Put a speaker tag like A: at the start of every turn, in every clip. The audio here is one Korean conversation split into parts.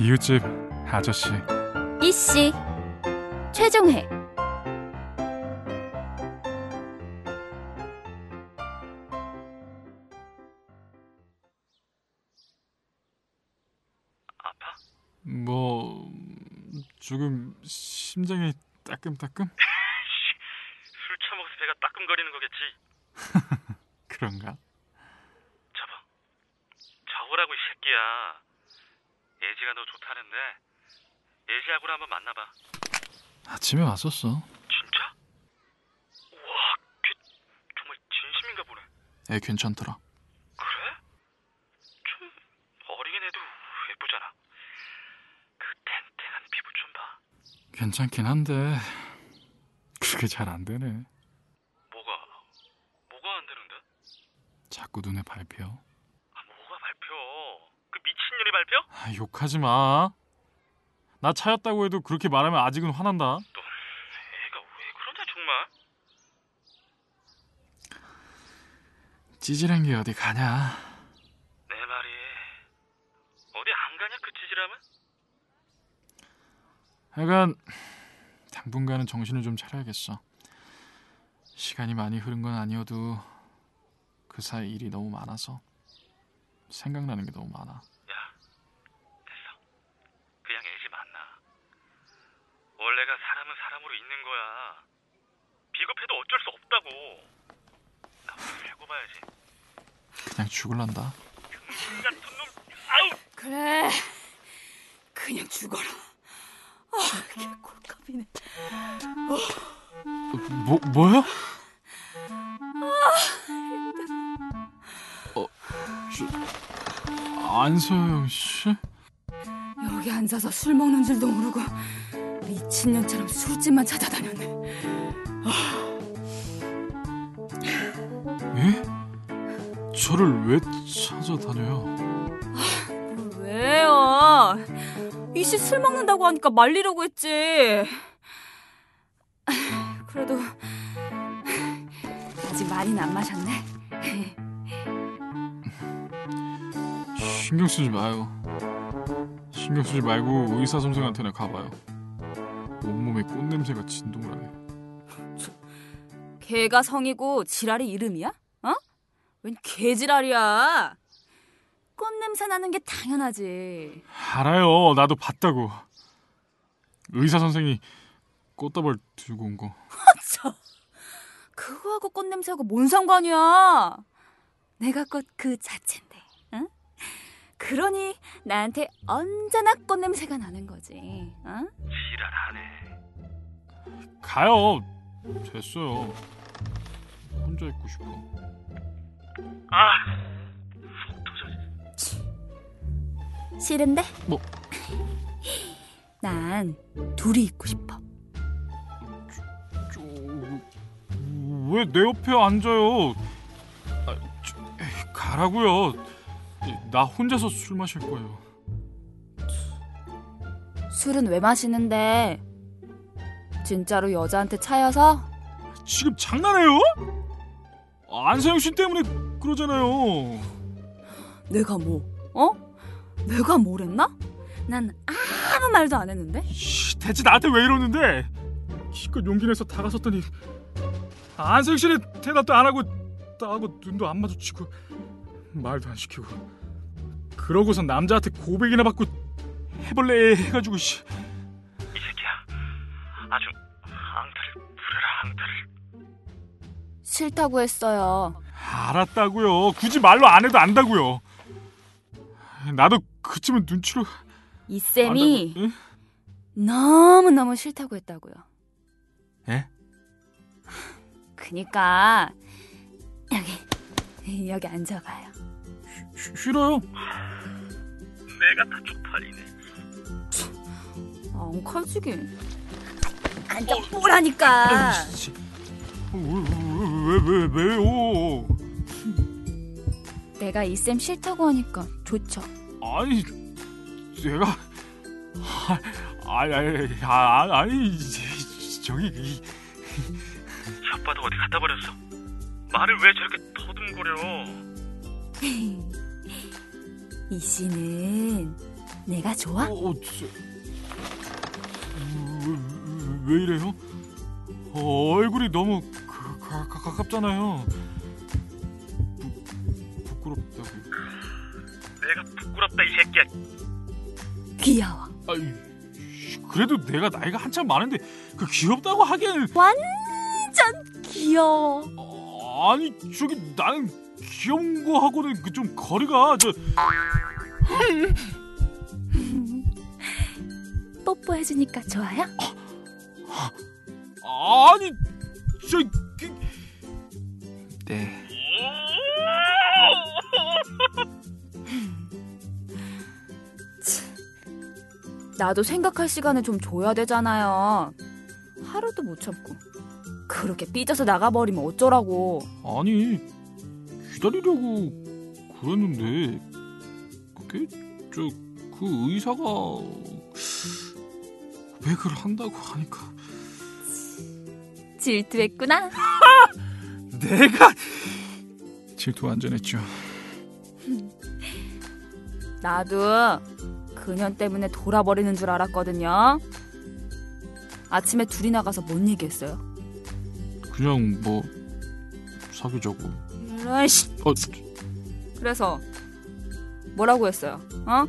A: 이웃집 아저씨
B: 이씨 최종회
A: 뭐 음, 조금 심장이 따끔따끔
C: 술 처먹어서 배가 따끔거리는 거겠지.
A: 그런가?
C: 저봐. 저거라고 이 새끼야. 예지가 너 좋다는데 예지하고를 한번 만나봐.
A: 아침에 왔었어.
C: 진짜? 와, 걔 정말 진심인가 보네.
A: 애 괜찮더라.
C: 그래? 좀 어리긴 해도 예쁘잖아. 그 탱탱한 피부 좀 봐.
A: 괜찮긴 한데 그게 잘 안 되네.
C: 뭐가 뭐가 안 되는데?
A: 자꾸 눈에 밟혀.
C: 아, 뭐가 발표? 그 미친년이 발표?
A: 아, 욕하지 마. 나 차였다고 해도 그렇게 말하면 아직은 화난다.
C: 애가 왜 그러냐 정말?
A: 찌질한 게 어디 가냐?
C: 내 말이 어디 안 가냐 그 찌질함은?
A: 하여간 당분간은 정신을 좀 차려야겠어. 시간이 많이 흐른 건 아니어도 그 사이 일이 너무 많아서 생각나는 게 너무 많아.
C: 야, 됐어. 그냥 애지 만나. 원래가 사람은 사람으로 있는 거야. 비겁해도 어쩔 수 없다고. 나 오늘 살고 봐야지.
A: 그냥 죽을란다.
C: 같은 놈, 아우!
D: 그래 그냥 죽어라 아 개꼴값이네
A: 뭐 뭐야? 어, 저, 안서영 씨?
D: 여기 앉아서 술 먹는 줄도 모르고 미친년처럼 술집만 찾아다녔네
A: 예? 저를 왜 찾아다녀요?
D: 왜요 이씨 술 먹는다고 하니까 말리려고 했지 그래도 아직 많이는 안 마셨네
A: 신경 쓰지 마요. 신경 쓰지 말고 의사 선생한테나 가봐요. 온몸에 꽃 냄새가 진동을 하네.
D: 개가 성이고 지랄이 이름이야? 어? 웬 개지랄이야 꽃냄새 나는 게 당연하지
A: 알아요. 나도 봤다고. 의사 선생이 꽃다발 들고 온 거.
D: 참, 그거하고 꽃 냄새하고 뭔 상관이야? 내가 꽃 그 자체인데, 응? 그러니 나한테 언제나 꽃 냄새가 나는 거지, 어? 응?
C: 지랄하네.
A: 가요. 됐어요. 혼자 있고 싶어.
C: 아, 속 터져.
D: 싫은데?
A: 뭐?
D: 난 둘이 있고 싶어.
A: 왜 내 옆에 앉아요? 아, 저, 에이, 가라고요. 나 혼자서 술 마실 거예요.
D: 술은 왜 마시는데? 진짜로 여자한테 차여서?
A: 지금 장난해요? 안서영 씨 때문에 그러잖아요.
D: 내가 뭐? 어? 내가 뭐랬나? 난 아무 말도 안 했는데.
A: 씨, 대체 나한테 왜 이러는데? 기껏 용기 내서 다가섰더니 안서영 씨는 대답도 안 하고 나하고 눈도 안 마주치고 말도 안 시키고 그러고선 남자한테 고백이나 받고 해볼래 해가지고 씨.
C: 이 새끼야. 아주 앙탈을 부려라, 앙탈을.
D: 싫다고 했어요.
A: 알았다고요. 굳이 말로 안 해도 안다고요. 나도 그쯤은 눈치로
D: 이
A: 안다고. 예?
D: 쌤이
A: 응?
D: 너무 너무 싫다고 했다고요.
A: 예?
D: 그니까 여기 여기 앉아봐요.
A: 쉬- 싫어요.
C: 내가 다 쪽팔리네.
D: 어, 엉커지긴 앉아 보라니까.
A: 왜왜 왜요?
D: 내가 이 쌤 싫다고 하니까 좋죠.
A: 아니 내가 아니 아니 아니, 아니 저기 이-
C: 혓바닥 어디 갖다 버렸어? 말을 왜 저렇게 더듬거려?
D: 이 씨는 내가 좋아?
A: 어, 저... 왜, 왜 이래요? 어, 얼굴이 너무 그, 가, 가, 가깝잖아요. 부, 부끄럽다고.
C: 내가 부끄럽다 이 새끼야.
D: 귀여워.
A: 아이, 그래도 내가 나이가 한참 많은데 그 귀엽다고 하기엔
D: 완전 귀여워.
A: 어, 아니 저기 나는 귀여운 거하고는 그 좀 거리가 저
D: 뽀뽀해주니까 좋아요?
A: 아니 저 그, 네.
D: 나도 생각할 시간을 좀 줘야 되잖아요. 하루도 못 참고. 그렇게 삐져서 나가버리면 어쩌라고.
A: 아니 기다리려고 그랬는데 그게 저 그 의사가 고백을 한다고 하니까
D: 질투했구나.
A: 내가 질투 안전했죠.
D: 나도 그년 때문에 돌아버리는 줄 알았거든요. 아침에 둘이 나가서 뭔 얘기했어요?
A: 그냥 뭐 사귀자고.
D: 이런 음, 씨.
A: 어,
D: 그래서 뭐라고 했어요? 어?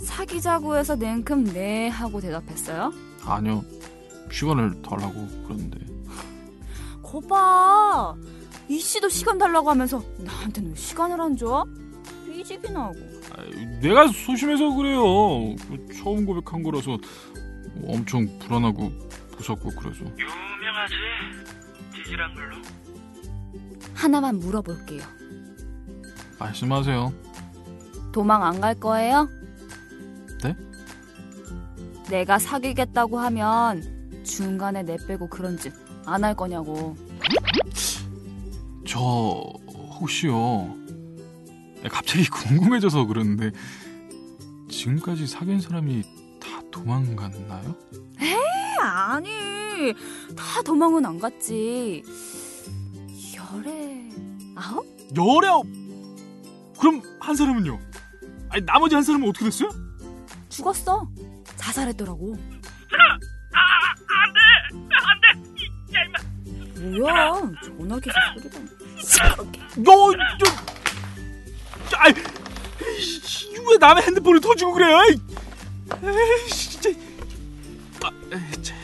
D: 사귀자고 해서 냉큼 네 하고 대답했어요.
A: 아니요. 시간을 달라고 그랬는데.
D: 거봐 이 씨도 시간 달라고 하면서 나한테는 왜 시간을 안 줘? 삐지기나 하고
A: 아이, 내가 소심해서 그래요. 그 처음 고백한 거라서 뭐 엄청 불안하고 무섭고 그래서.
C: 유명하지? 지질한 걸로.
D: 하나만 물어볼게요
A: 말씀하세요.
D: 도망 안 갈 거예요?
A: 네?
D: 내가 사귀겠다고 하면 중간에 내 빼고 그런 짓 안 할 거냐고
A: 저 혹시요. 네, 갑자기 궁금해져서 그러는데 지금까지 사귄 사람이 다 도망갔나요?
D: 아니 네, 다 도망은 안 갔지 열에 아홉?
A: 열에 아홉. 그럼 한 사람은요? 아니 나머지 한 사람은 어떻게 됐어요?
D: 죽었어 자살했더라고
C: 아,
D: 뭐야 전화기에서 소리가 나. 시끄럽게
A: 너, 저, 저, 아이, 이씨, 왜 남의 핸드폰을 터주고 그래요? 아이, 에이, 진짜. 아, 에이, 참.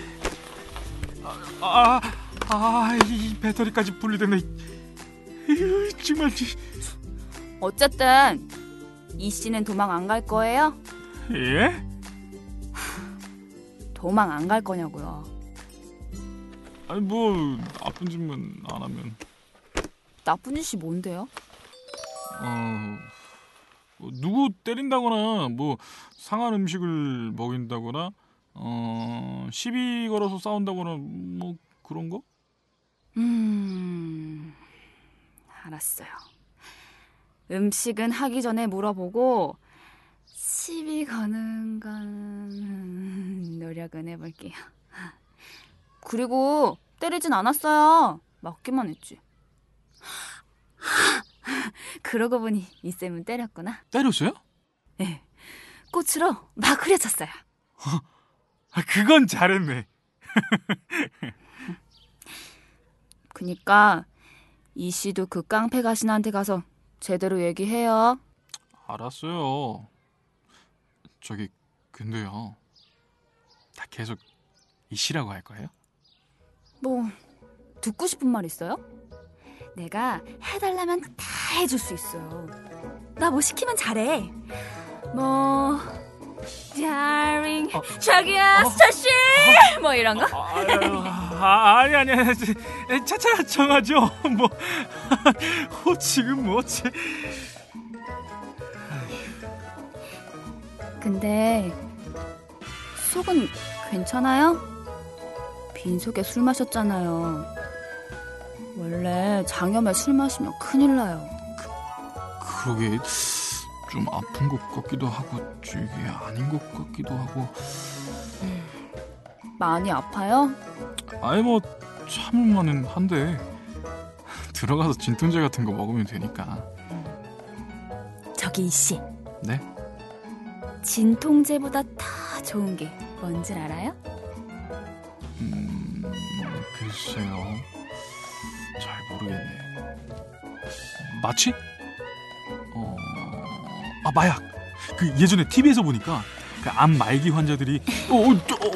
A: 아, 아, 아, 이 배터리까지 분리됐네. 에휴, 정말 지-
D: 어쨌든 이 씨는 도망 안 갈 거예요?
A: 예?
D: 도망 안 갈 거냐고요.
A: 아니 뭐 나쁜 짓만 안 하면
D: 나쁜 짓이 뭔데요?
A: 어 뭐, 누구 때린다거나 뭐 상한 음식을 먹인다거나 어 시비 걸어서 싸운다거나 뭐 그런 거?
D: 음, 알았어요. 음식은 하기 전에 물어보고 시비 거는 건 노력은 해볼게요. 그리고 때리진 않았어요. 맞기만 했지. 그러고 보니 이 쌤은 때렸구나.
A: 때렸어요?
D: 꽃으로 막 흐려졌어요.
A: 아, 그건 잘했네.
D: 그니까 이 씨도 그 깡패 가신한테 가서 제대로 얘기해요.
A: 알았어요. 저기 근데요. 다 계속 이씨라고 할 거예요?
D: 뭐 듣고 싶은 말 있어요? 내가 해달라면 다 해줄 수 있어요. 나 뭐 시키면 잘해. 뭐 다링 자기야 스타씨 뭐 이런 거?
A: 아, 아니 아니 아니 차차 정하죠. 뭐 호, 지금 뭐지?
D: 근데 속은 괜찮아요? 빈속에 술 마셨잖아요. 원래 장염에 술 마시면 큰일 나요.
A: 그러게 좀 아픈 것 같기도 하고 이게 아닌 것 같기도 하고
D: 많이 아파요?
A: 아예 뭐 참을만은 한데 들어가서 진통제 같은 거 먹으면 되니까
D: 저기 이씨.
A: 네?
D: 진통제보다 다 좋은 게 뭔 줄 알아요?
A: 글쎄요. 잘 모르겠네요. 마취? 어, 아 마약. 그 예전에 TV에서 보니까 그 암 말기 환자들이 어, 어, 저, 어.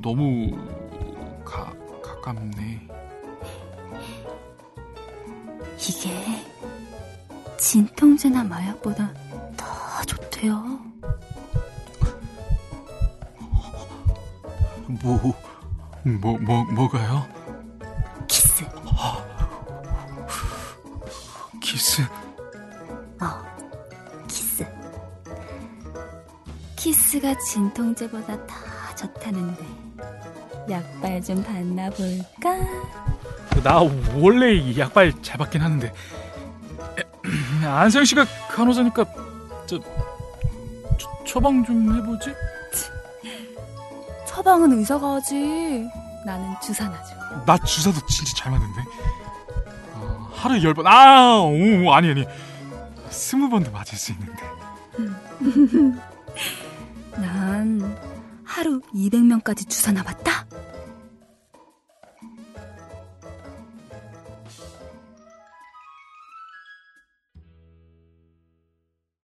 A: 너무 가 가깝네.
D: 이게 진통제나 마약보다 더 좋대요.
A: 뭐, 뭐, 뭐, 뭐가요? 아,
D: 키스.
A: 키스.
D: 어, 키스. 키스가 진통제보다 다 좋다는데 약발 좀 받나 볼까?
A: 나 원래 이 약발 잘 받긴 하는데 안세영 씨가 간호사니까 저, 저- 처방 좀 해보지.
D: 처방은 의사가 하지. 나는 주사 놔줘.
A: 나 주사도 진짜 잘 맞는데 어, 하루에 열 번. 아, 오, 오, 아니 아니 스무 번도 맞을 수 있는데.
D: 난 하루 200명까지 주사 놔봤다.